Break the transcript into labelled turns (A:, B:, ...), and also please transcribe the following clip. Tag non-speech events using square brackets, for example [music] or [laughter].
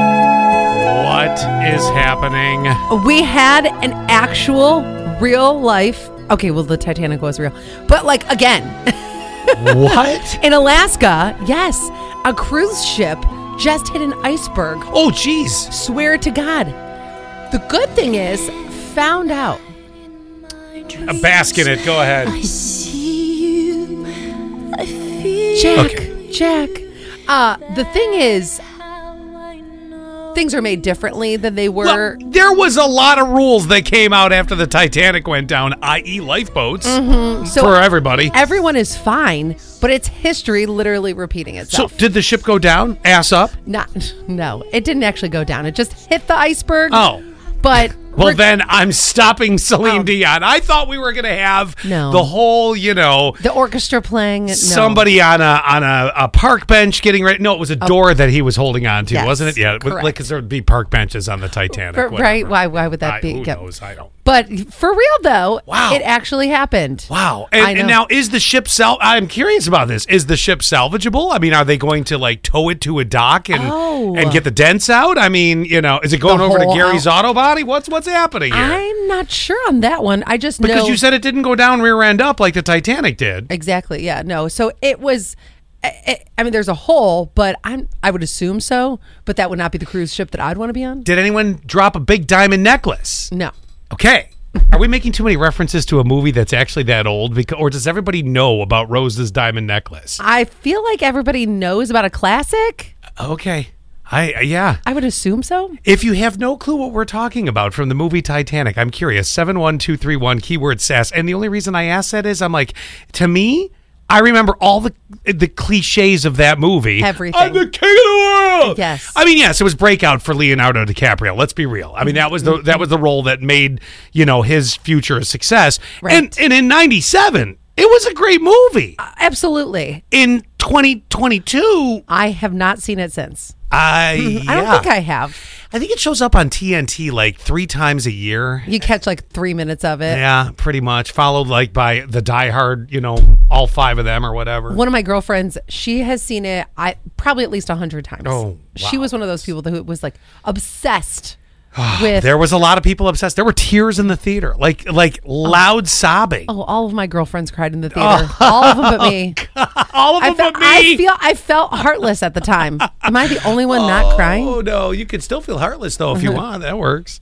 A: What is happening?
B: We had an actual real life. Okay, well, the Titanic was real. But, like, again, [laughs]
A: what?
B: in Alaska, yes, a cruise ship just hit an iceberg.
A: [laughs] Oh, jeez.
B: Swear to God. The good thing is, found out.
A: A basket it. Go ahead.
C: I see you. I feel
B: Jack,
A: Okay.
B: Jack. Uh, the thing is,
C: how I know.
B: things are made differently than they
A: Well,
B: were.
A: there was a lot of rules that came out after the Titanic went down, i.e., lifeboats
B: Mm-hmm. so
A: for everybody.
B: everyone is fine, but it's history literally repeating
A: So,
B: itself.
A: did the ship go down? Ass up?
B: Not, [laughs] no, it didn't actually go down. It just hit the iceberg.
A: Oh.
B: But
A: Well,
B: we're-
A: then I'm stopping Celine
B: Oh.
A: Dion. I thought we were going to have
B: No.
A: the whole, you know,
B: the orchestra playing. no.
A: somebody on a on a, a park bench getting ready. No, it was a door that he was holding on to,
B: Yes,
A: wasn't it? Yeah, because
B: correct.
A: there would be park benches on the Titanic.
B: For-
A: whatever.
B: right? Why? Why would that
A: I-
B: be?
A: who
B: yeah.
A: knows? I don't.
B: But for real though,
A: Wow.
B: it actually happened.
A: Wow.
B: I
A: And, and
B: know.
A: now is the ship sal I'm curious about this. Is the ship salvageable? I mean, are they going to like tow it to a dock and
B: Oh.
A: and get the dents out? I mean, you know, is it going
B: The
A: over to
B: whole
A: Gary's auto body? What's what's happening here?
B: I'm not sure on that one. I just
A: because
B: know
A: you said it didn't go down rear end up like the Titanic did.
B: exactly. Yeah, no. So it was. I- I I mean, there's a hole, but I'm I would assume so. But that would not be the cruise ship that I'd want to be on.
A: Did anyone drop a big diamond necklace?
B: No.
A: Okay. Are we making too many references to a movie that's actually that old? Because, or does everybody know about Rose's diamond necklace?
B: I feel like everybody knows about a classic.
A: Okay. I yeah.
B: I would assume so.
A: If you have no clue what we're talking about from the movie Titanic, I'm curious. 71231 keyword sass. And the only reason I ask that is I'm like, to me, I remember all the the cliches of that movie.
B: Everything.
A: I'm the king of the world.
B: Yes.
A: I mean, yes, it was breakout for Leonardo DiCaprio. Let's be real. I mean, that was the that was the role that made, you know, his future a success.
B: Right.
A: And and in 97, it was a great movie.
B: Uh, Absolutely.
A: In 2022,
B: I have not seen it since.
A: I
B: Mm-hmm. I don't
A: yeah.
B: think I have.
A: I think it shows up on TNT like three times a year.
B: You catch like three minutes of it.
A: Yeah, pretty much. Followed like by the Die Hard, you know, all five of them or whatever.
B: One of my girlfriends, she has seen it. I probably at least a hundred times.
A: Oh,
B: she
A: wow. Ah,
B: was one of those people who was like obsessed with.
A: There was a lot of people obsessed. There were tears in the theater, like like loud sobbing.
B: oh, all of my girlfriends cried in
A: [laughs]
B: the theater. All of them but me.
A: all of
B: Oh. I,
A: them
B: fe-
A: but me.
B: I feel I felt heartless at the time. Am I the only one not crying? Uh-huh.
A: Oh no, you could still feel heartless though if you want. That works.